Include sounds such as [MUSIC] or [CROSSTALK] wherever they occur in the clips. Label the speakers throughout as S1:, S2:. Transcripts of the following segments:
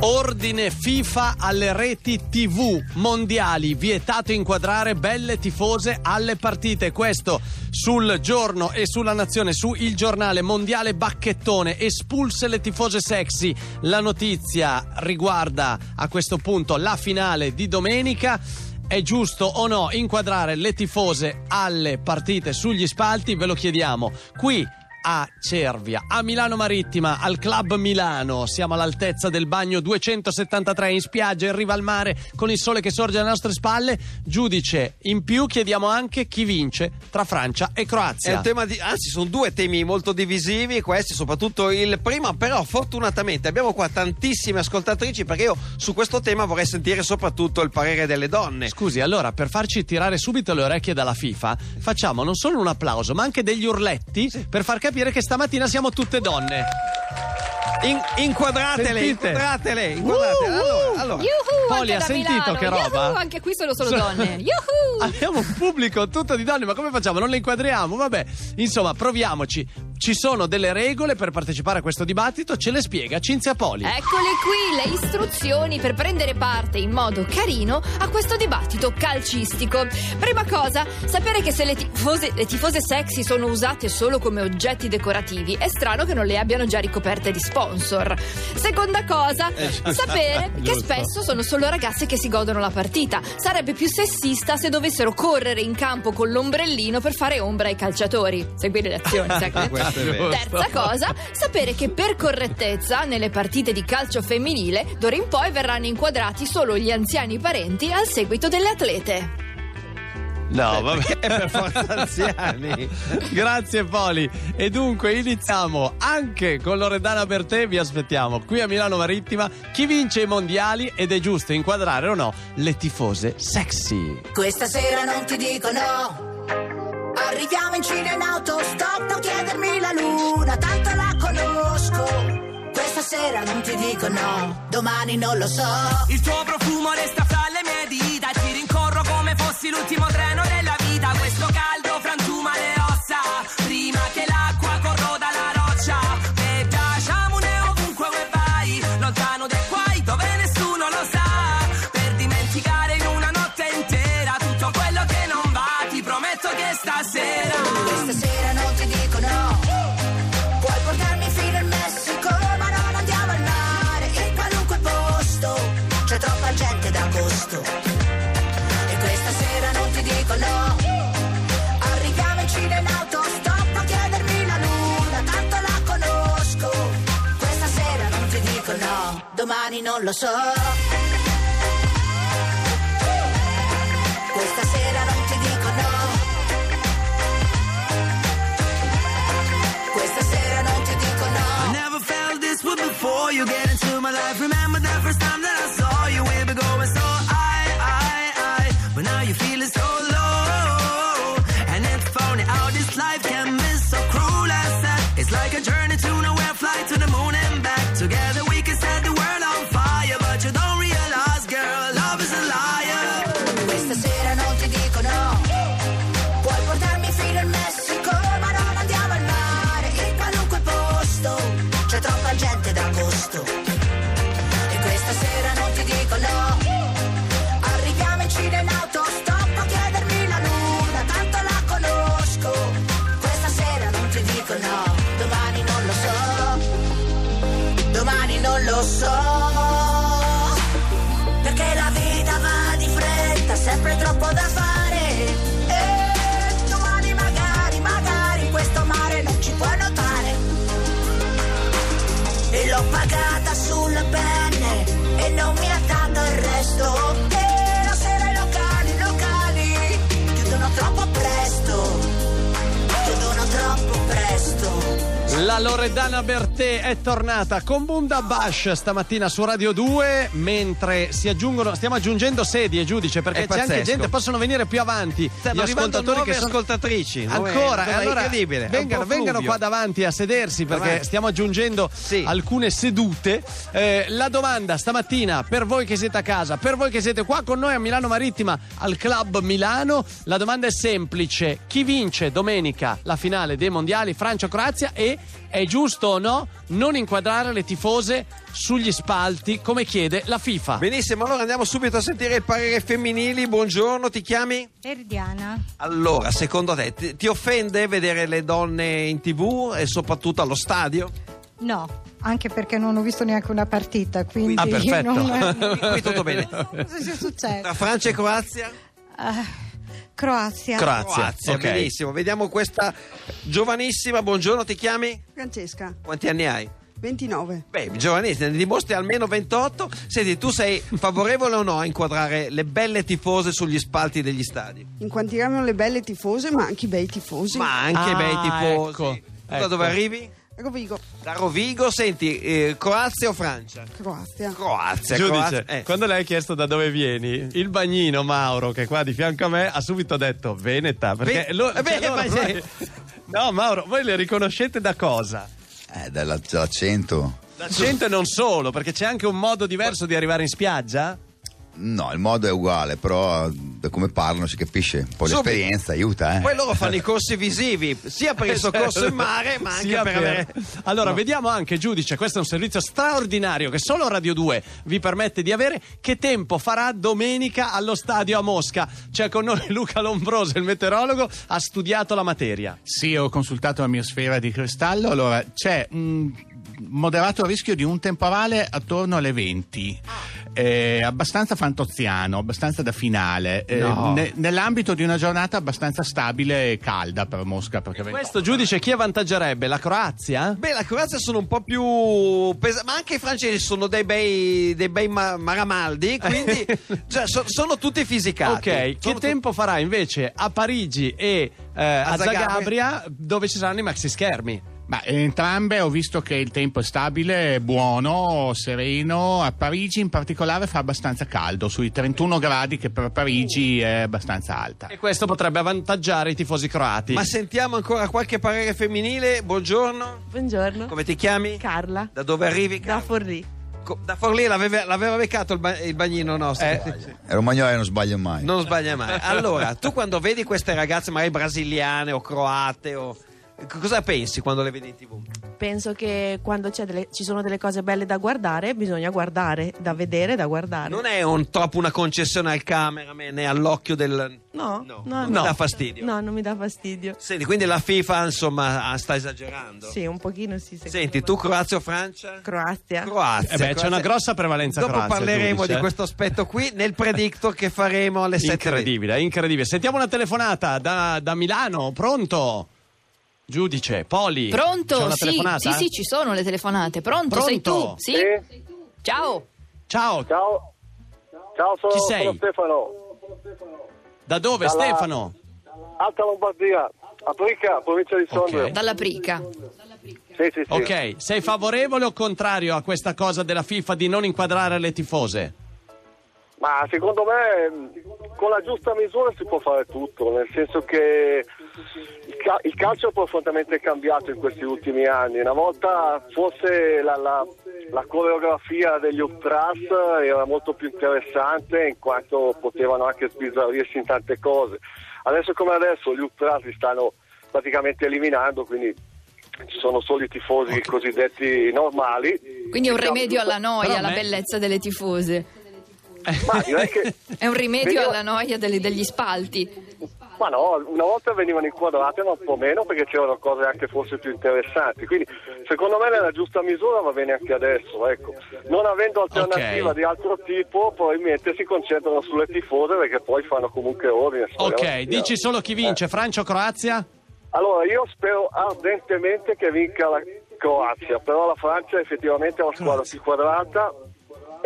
S1: Ordine FIFA alle reti TV mondiali. Vietato inquadrare belle tifose alle partite. Questo sul giorno e sulla nazione, su il giornale mondiale Bacchettone. Espulse le tifose sexy. La notizia riguarda a questo punto la finale di domenica. È giusto o no inquadrare le tifose alle partite sugli spalti? Ve lo chiediamo qui a Cervia, a Milano Marittima, al Club Milano. Siamo all'altezza del bagno 273 in spiaggia, in riva al mare, con il sole che sorge alle nostre spalle. Giudice, in più chiediamo anche chi vince tra Francia e
S2: È
S1: Croazia.
S2: un tema di, anzi, sono due temi molto divisivi, questi, soprattutto il primo, però fortunatamente abbiamo qua tantissime ascoltatrici perché io su questo tema vorrei sentire soprattutto il parere delle donne.
S1: Scusi, allora per farci tirare subito le orecchie dalla FIFA, facciamo non solo un applauso, ma anche degli urletti per far capire che stamattina siamo tutte donne.
S2: In- inquadratele,
S1: Sentite.
S2: inquadratele, inquadratele.
S1: Uh, uh.
S2: Allora, allora.
S3: Yuhu,
S1: Poli,
S3: anche
S1: ha
S3: da
S1: sentito
S3: Milano.
S1: che roba? Ah,
S3: Yuhu, anche qui sono solo
S1: So- [LAUGHS]
S3: donne. Yuhu!
S1: Cioè, Abbiamo un pubblico tutto di donne, ma come facciamo? Non le inquadriamo? Vabbè, insomma, proviamoci. Ci sono delle regole per partecipare a questo dibattito, ce le spiega Cinzia Poli.
S3: Eccole qui le istruzioni per prendere parte in modo carino a questo dibattito calcistico. Prima cosa, sapere che se le tifose, le tifose sexy sono usate solo come oggetti decorativi, è strano che non le abbiano già ricoperte di sponsor. Seconda cosa, sapere che spesso sono solo ragazze che si godono la partita. Sarebbe più sessista se dovessero correre in campo con l'ombrellino per fare ombra ai calciatori. Seguire le azioni, sai?
S2: Questo è vero.
S3: Terza cosa, sapere che per correttezza nelle partite di calcio femminile d'ora in poi verranno inquadrati solo gli anziani parenti al seguito delle atlete.
S1: No,
S2: Perché per
S3: [LAUGHS]
S2: forza anziani.
S1: Grazie Poli. E dunque iniziamo anche con Loredana Bertè, vi aspettiamo qui a Milano Marittima. Chi vince i mondiali ed è giusto inquadrare o no le tifose sexy.
S4: Questa sera non ti dico no. Arriviamo in Cina in autostop, non chiedermi la luna, tanto la conosco. Questa sera non ti dico no, domani non lo so.
S5: Il tuo profumo resta fra le mie dita e Ti rincorro come fossi l'ultimo treno della vita Questo caldo frantuma le ossa Prima che l'acqua corroda la roccia E piacciamone ovunque vuoi vai Lontano dai guai dove nessuno lo sa Per dimenticare in una notte intera Tutto quello che non va Ti prometto che stasera
S4: Questa sera non ti dico no. Puoi portarmi fino in Messico, ma non andiamo al mare, in qualunque posto. C'è troppa gente d'agosto. E questa sera non ti dico no. Arriviamo in Cina in autostop, non chiedermi la luna, tanto la conosco. Questa sera non ti dico no, domani non lo so. Questa sera non ti dico no. Questa sera non ti dico
S5: I
S4: no.
S5: never felt this way before. You get into my life. Remember the first time that I saw you. We were going so I, I, I. But now you're feeling so low. And it's funny how this life can be so cruel as that. It's like a journey to nowhere, flight to the moon and back. Together we can set the world on fire. But you don't realize, girl, love is a liar.
S4: Questa sera non ti dico no. Puoi portarmi fino in Messico, ma non andiamo al mare. In qualunque posto c'è troppa gente d'agosto. E questa sera non ti dico no. Arriviamo in Cina in autostop a chiedermi la luna, tanto la conosco. Questa sera non ti dico no, domani non lo so. Domani non lo so. Perché la vita va di fretta, sempre troppo da fare. E domani magari, magari questo mare non ci può notare. E l'ho pagata sulle penne e non mi ha dato il resto. E la sera i locali, i locali chiudono troppo presto. Chiudono troppo presto.
S1: La Loredana Bertè è tornata con Bunda Bash stamattina su Radio 2 mentre si aggiungono, stiamo aggiungendo sedie giudice perché
S2: È
S1: c'è anche
S2: pazzesco.
S1: gente, possono venire più avanti
S2: Stanno
S1: gli
S2: arrivando
S1: ascoltatori che
S2: nuove
S1: sono
S2: ascoltatrici. nuove-
S1: ancora,
S2: nuove-
S1: e allora
S2: incredibile. è un
S1: vengano,
S2: po'
S1: vengano
S2: fluvio.
S1: qua davanti a sedersi perché
S2: Davanti.
S1: stiamo aggiungendo
S2: Sì.
S1: alcune sedute. Eh, la domanda stamattina per voi che siete a casa, per voi che siete qua con noi a Milano Marittima al Club Milano, la domanda è semplice: chi vince domenica la finale dei mondiali Francia-Croazia e è giusto o no non inquadrare le tifose sugli spalti come chiede la FIFA?
S2: Benissimo, allora andiamo subito a sentire il parere femminili. Buongiorno, ti chiami?
S6: Erdiana.
S2: Allora, secondo te ti, ti offende vedere le donne in tv e soprattutto allo stadio?
S6: No, anche perché non ho visto neanche una partita, quindi
S2: Ah, perfetto.
S6: non
S2: [LAUGHS] [LAUGHS] Qui tutto bene.
S6: Cosa sia
S2: Tra
S6: successo?
S2: Francia e Croazia?
S6: Ah, Croazia.
S1: Cro- Croazia,
S2: Croazia,
S1: ok.
S2: benissimo. Vediamo questa giovanissima. Buongiorno, ti chiami?
S7: Francesca,
S2: Quanti anni hai?
S7: 29.
S2: Beh, giovanissima, ne dimostri almeno 28. Senti, tu sei favorevole o no a inquadrare le belle tifose sugli spalti degli stadi?
S7: Inquadriamo le belle tifose, ma anche i bei tifosi.
S2: Ma anche
S1: Ah,
S2: bei tifosi.
S1: ecco,
S2: Tu da
S1: ecco.
S2: dove arrivi?
S7: Rovigo,
S2: Da Rovigo, senti, eh, Croazia o Francia?
S7: Croazia.
S2: Croazia,
S1: Giudice,
S2: Croazia. eh.
S1: quando lei ha chiesto da dove vieni, il bagnino Mauro, che è qua di fianco a me, ha subito detto Veneta. Perché
S2: Ve-
S1: lo- cioè,
S2: Eh beh,
S1: loro
S2: ma
S1: ormai- [LAUGHS] No, Mauro, voi le riconoscete da cosa?
S8: Eh, dalla- dall'accento.
S1: L'accento e non solo, perché c'è anche un modo diverso di arrivare in spiaggia.
S8: No, il modo è uguale, però eh, da come parlano si capisce. Un po'
S2: Subito.
S8: l'esperienza aiuta, eh.
S2: Poi loro fanno i corsi visivi, sia per il
S1: Esatto.
S2: soccorso in mare, ma anche
S1: Eh, certo. Sia
S2: per avere...
S1: Allora, vediamo anche, giudice, questo è un servizio straordinario che solo Radio 2 vi permette di avere. Che tempo farà domenica allo stadio a Mosca? C'è con noi Luca Lombroso, il meteorologo, ha studiato la materia.
S9: Sì, ho consultato la mia sfera di cristallo. Allora, c'è un moderato rischio di un temporale attorno alle 20.
S1: Ah.
S9: Eh, abbastanza fantoziano, abbastanza da finale. Eh, ne- nell'ambito di una giornata abbastanza stabile e calda per Mosca. Perché
S1: Questo giudice chi avvantaggerebbe? La Croazia?
S2: Beh, la Croazia sono un po' più pesa- ma anche i francesi sono dei bei, dei bei
S1: [LAUGHS]
S2: ma- maramaldi, quindi cioè, so- sono tutti fisicati.
S1: Ok, che
S2: Sono tu-
S1: tempo farà invece a Parigi e eh, a
S2: Zagabria.
S1: Zagabria dove ci saranno i maxi schermi?
S9: Ma entrambe ho visto che il tempo è stabile, è buono, sereno. A Parigi in particolare fa abbastanza caldo, sui 31 gradi che per Parigi è abbastanza alta.
S1: E questo potrebbe avvantaggiare i tifosi croati.
S2: Ma sentiamo ancora qualche parere femminile. Buongiorno.
S10: Buongiorno.
S2: Come ti chiami?
S10: Carla.
S2: Da dove arrivi?
S10: Da
S2: Carla?
S10: Forlì.
S2: Co- da Forlì l'aveva, l'aveva beccato il, ba- il bagnino nostro.
S1: Eh,
S8: I
S2: [LAUGHS]
S8: Romagnoli non sbagliano mai.
S2: Non sbaglia mai. Allora, tu quando vedi queste ragazze, magari brasiliane o croate, o... c- cosa pensi quando le vedi in tv?
S10: Penso che quando c'è delle- ci sono delle cose belle da guardare, bisogna guardare, da vedere, da guardare.
S2: Non è un- troppo una concessione al cameraman e all'occhio del.
S10: No,
S2: no,
S10: no,
S2: non
S10: no.
S2: mi dà fastidio.
S10: No, non mi dà fastidio.
S2: Senti, quindi la FIFA, insomma, ah, sta esagerando.
S10: Sì, un pochino sì. secondo
S2: Senti,
S10: me.
S2: tu Croazia o Francia?
S10: Croazia.
S2: Croazia.
S1: Eh beh, c'è
S2: Croazia.
S1: una grossa prevalenza
S2: Dopo
S1: croazia,
S2: parleremo
S1: giudice. eh.
S2: di questo aspetto qui nel predicto che faremo alle 7.
S1: Incredibile, incredibile. Sentiamo una telefonata da, da Milano, pronto? Giudice, Poli. C'è
S3: Pronto?
S1: una
S3: Sì,
S1: telefonata?
S3: sì, sì, ci sono le telefonate. Pronto? Sei tu?
S1: Pronto?
S3: Sì? Ciao.
S1: Ciao,
S11: Ciao, ciao sono,
S1: Chi sei?
S11: sono Stefano,
S1: da dove
S11: Dalla-
S1: Stefano?
S11: Alta Lombardia, Aprica, provincia di Sondrio.
S1: Ok.
S3: Dalla Prica.
S11: Sì, sì, sì.
S1: Ok, sei favorevole o contrario a questa cosa della FIFA di non inquadrare le tifose?
S11: Ma secondo me mh, con la giusta misura si può fare tutto, nel senso che il, ca- il calcio è profondamente cambiato in questi ultimi anni. Una volta forse la, la- la coreografia degli Ultras era molto più interessante in quanto potevano anche sbizzarrirsi in tante cose. Adesso come adesso gli Ultras li stanno praticamente eliminando, quindi ci sono solo i tifosi cosiddetti normali. Diciamo,
S3: Quindi è un
S11: Il calcio-
S3: rimedio alla noia,
S1: Però
S3: alla
S1: me-
S3: bellezza delle tifose.
S11: Ma direi che
S3: È un rimedio
S11: Veniva-
S3: alla noia delle- degli spalti.
S11: Ma no, una volta venivano inquadrate, ma un po' meno perché c'erano cose anche forse più interessanti. Quindi secondo me nella giusta misura va bene anche adesso. Ecco. Non avendo alternativa
S1: Ok.
S11: di altro tipo, probabilmente si concentrano sulle tifose perché poi fanno comunque ordine. speriamo
S1: Ok,
S11: che sia.
S1: dici solo chi vince,
S11: Eh.
S1: Francia o Croazia?
S11: Allora io spero ardentemente che vinca la Croazia, però la Francia effettivamente è una squadra più quadrata.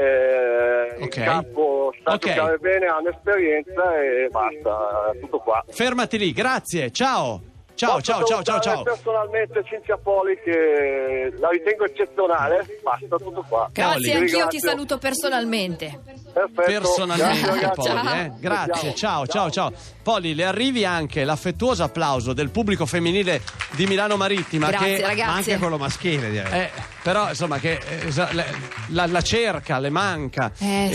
S11: Eh,
S1: Ok.
S11: Il campo sa
S1: Ok.
S11: giocare bene, hanno esperienza e basta, tutto qua.
S1: Fermati lì, grazie, ciao. Ciao,
S11: Posso
S1: ciao, ciao, ciao,
S11: salutare
S1: ciao.
S11: personalmente Cinzia Poli che la ritengo eccezionale. Basta, tutto qua.
S3: Grazie,
S11: Vi
S3: anch'io ti
S11: ringrazio.
S3: saluto personalmente.
S11: Perfetto. Grazie,
S1: Personalmente,
S11: ragazzi.
S1: Poli, eh.
S3: Ciao.
S1: grazie, ciao, ciao, ciao. Poli, le arrivi anche l'affettuoso applauso del pubblico femminile di Milano Marittima.
S3: Grazie,
S1: che
S3: ragazzi.
S2: Anche quello maschile, direi.
S1: Eh, Però insomma che eh, sa- le- la, la cerca, le manca
S3: Eh,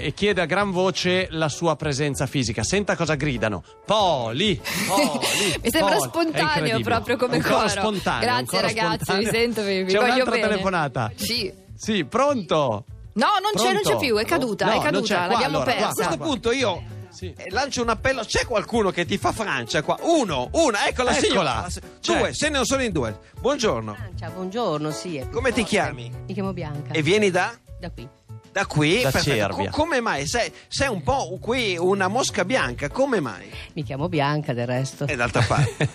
S1: e, e chiede a gran voce la sua presenza fisica. Senta cosa gridano. Poli! Poli!
S3: [LAUGHS] Mi sembra
S1: Poli. È
S3: spontaneo
S1: incredibile.
S3: proprio come
S1: ancora
S3: coro.
S1: spontaneo.
S3: Grazie
S1: ancora
S3: ragazzi,
S1: spontaneo.
S3: mi sento, vi, vi
S1: C'è
S3: voglio
S1: un'altra
S3: bene.
S1: telefonata.
S3: Sì.
S1: Sì,
S3: [LAUGHS]
S1: pronto?
S3: No, non c'è, non
S1: Pronto?
S3: c'è più, è caduta,
S1: No,
S3: è
S1: non c'è.
S3: caduta,
S1: Qua,
S3: l'abbiamo
S1: allora, qua,
S2: A
S3: persa.
S2: questo punto io eh, lancio un appello. C'è qualcuno che ti fa Francia qua? Uno, una, eccola,
S1: Eccola.
S2: signora. La se-
S1: C'è.
S2: Due, se ne sono in due. Buongiorno.
S12: Ciao, buongiorno, sì. è più
S2: Come ti
S12: forte.
S2: chiami?
S12: Mi chiamo Bianca.
S2: E vieni da?
S12: Da qui.
S2: Da qui?
S1: Da
S2: Perfetto.
S1: Cervia.
S2: Co- come mai? Sei, sei un po' qui una mosca bianca, come mai?
S12: Mi chiamo Bianca, del resto.
S1: Eh.
S2: E d'altra
S1: [LAUGHS]
S2: parte.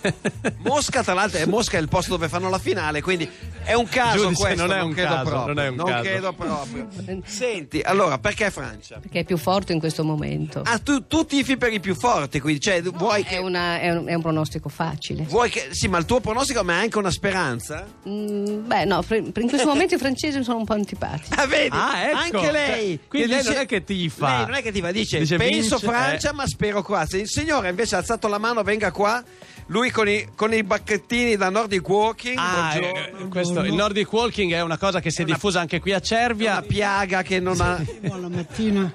S2: Mosca, tra l'altro, è Mosca è il posto dove fanno la finale, quindi è un caso
S1: Giudice,
S2: questo.
S1: non è un
S2: credo
S1: caso,
S2: proprio,
S1: non è un caso.
S2: credo
S1: [LAUGHS]
S2: proprio. Senti, allora, perché Francia?
S12: Perché è più forte in questo momento.
S2: Ah, tu, tu tifi per i più forti, quindi cioè, vuoi
S12: È,
S2: che...
S12: una- è un, è un pronostico facile.
S2: Vuoi che, sì, ma il tuo pronostico ma è anche una speranza?
S12: Mm, beh, no, fr- in questo momento i francesi mi sono un po' antipatici.
S2: [LAUGHS] Ah, vedi?
S1: Ah, ecco.
S2: Anche lei.
S1: Cioè, quindi
S2: che
S1: lei non è che tifa.
S2: Lei non è che tifa, dice,
S1: Dice,
S2: penso
S1: vince,
S2: Francia
S1: eh.
S2: ma spero Croazia. Il signore invece ha alzato la mano, venga qua. Lui con i, con i bacchettini da Nordic Walking.
S1: Ah,
S2: buongiorno.
S1: eh, questo, il Nordic Walking è una cosa che si è diffusa anche qui a
S2: È una
S1: Cervia.
S2: piaga che non ha...
S13: Io alla mattina,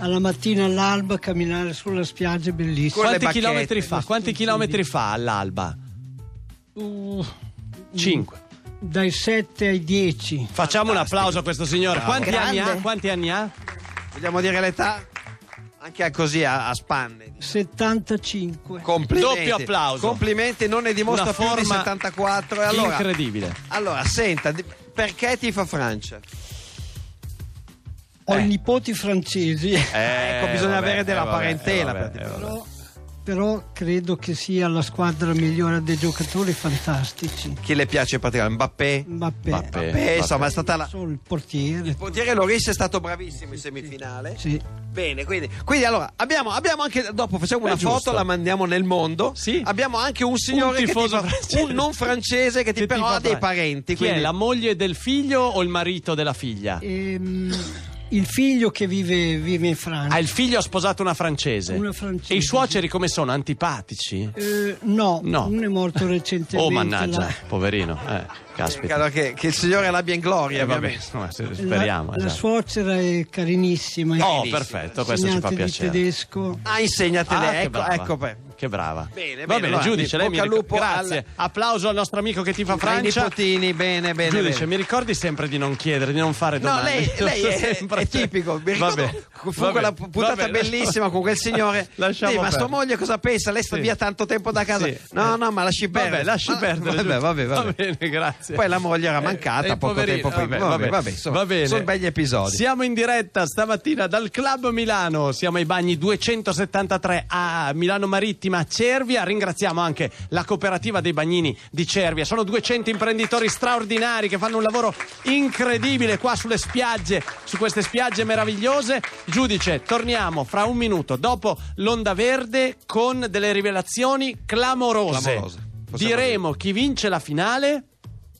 S13: alla mattina all'alba camminare sulla spiaggia è bellissimo.
S1: Quanti chilometri fa? Quanti chilometri fa all'alba?
S13: Uh,
S1: 5.
S13: dai 7 ai 10.
S1: Facciamo un applauso a questo signore.
S2: Bravo.
S1: Quanti anni ha?
S13: Grande.
S1: Quanti anni ha?
S2: Vogliamo dire l'età? Anche a- così a, a spanne.
S13: 75.
S2: Complimenti.
S1: Doppio applauso.
S2: Complimenti, non ne dimostra
S1: Una
S2: più di
S1: forma
S2: 74. E allora,
S1: Incredibile.
S2: allora, senta, di- perché ti fa Francia?
S13: Ho
S1: Eh.
S13: i nipoti francesi,
S2: ecco, bisogna avere della parentela
S1: eh,
S2: per dire.
S13: però credo che sia la squadra migliore dei giocatori fantastici.
S2: Chi le piace praticamente? Mbappé?
S13: Mbappé,
S2: Mbappé, insomma, è stata la...
S13: solo il portiere.
S2: Vuol dire Loris è stato bravissimo in semifinale.
S13: Sì.
S2: Bene, quindi, quindi allora abbiamo, abbiamo anche dopo facciamo
S1: È
S2: una
S1: Eh, giusto.
S2: foto, la mandiamo nel mondo.
S1: Sì.
S2: Abbiamo anche un signore che
S1: tifoso
S2: ti fa-
S1: francese.
S2: un non francese che ti
S1: Che
S2: però
S1: tifa
S2: ha dei
S1: Francia.
S2: parenti.
S1: Chi è?
S2: Quindi
S1: La moglie del figlio o il marito della figlia?
S5: Eh.
S13: Ehm, il figlio che vive, vive in Francia.
S1: Ah, il figlio ha sposato una francese.
S13: Una francese,
S1: E i suoceri come sono? Antipatici?
S13: Eh, no,
S1: No.
S13: non è morto recentemente.
S1: Oh, mannaggia,
S13: La-
S1: poverino. Eh, caspita.
S2: Credo che, che il signore l'abbia in gloria,
S1: Eh, vabbè,
S2: ovviamente.
S1: insomma, se-
S13: La,
S1: speriamo.
S13: la
S1: esatto.
S13: suocera è carinissima.
S1: Oh,
S13: insegnante
S1: perfetelo, questo ci fa
S13: di
S1: piacere.
S13: tedesco.
S2: Ah, insegnatele,
S1: Ah, che
S2: ecco,
S1: brava.
S2: ecco per.
S1: Che brava.
S2: Bene,
S1: Va
S2: bene,
S1: bene,
S2: allora,
S1: giudice, lei mi
S2: bocca al
S1: ricorda.
S2: lupo
S1: Grazie. Applauso al nostro amico che ti fa
S2: Ai
S1: Francia.
S2: nipotini, bene, bene.
S1: Giudice,
S2: bene.
S1: mi ricordi sempre di non chiedere, di non fare
S2: No,
S1: domande. [LAUGHS]
S2: lei,
S1: Giusto
S2: lei è,
S1: sempre.
S2: è tipico. Mi ricordo,
S1: Vabbè,
S2: fu
S1: vabbè,
S2: quella
S1: vabbè,
S2: puntata
S1: lascia-
S2: bellissima con
S1: [LAUGHS]
S2: quel signore.
S1: Lasciamo
S2: Sì, ma sua
S1: perdere.
S2: moglie cosa pensa? Lei sta
S1: Sì.
S2: via tanto tempo da casa.
S1: Sì.
S2: No, no, ma lasci perdere.
S1: Vabbè, lasci
S2: Ma-
S1: perdere.
S2: Vabbè,
S1: giusto.
S2: vabbè, vabbè.
S1: Va bene, grazie.
S2: Poi la moglie era
S1: Eh,
S2: mancata
S1: eh,
S2: poco
S1: poverino,
S2: tempo prima.
S1: Vabbè, vabbè,
S2: insomma,
S1: va bene.
S2: Sono begli episodi.
S1: Siamo in diretta stamattina dal Club Milano, siamo ai bagni 273 a Milano Marittima a Cervia. Ringraziamo anche la cooperativa dei bagnini di Cervia. Sono 200 imprenditori straordinari che fanno un lavoro incredibile qua sulle spiagge, su queste spiagge meravigliose. Giudice, torniamo fra un minuto dopo l'onda verde con delle rivelazioni clamorose.
S2: Clamorose. Possiamo
S1: Diremo chi vince la finale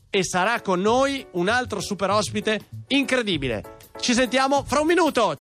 S1: e sarà con noi un altro super ospite incredibile. Ci sentiamo fra un minuto.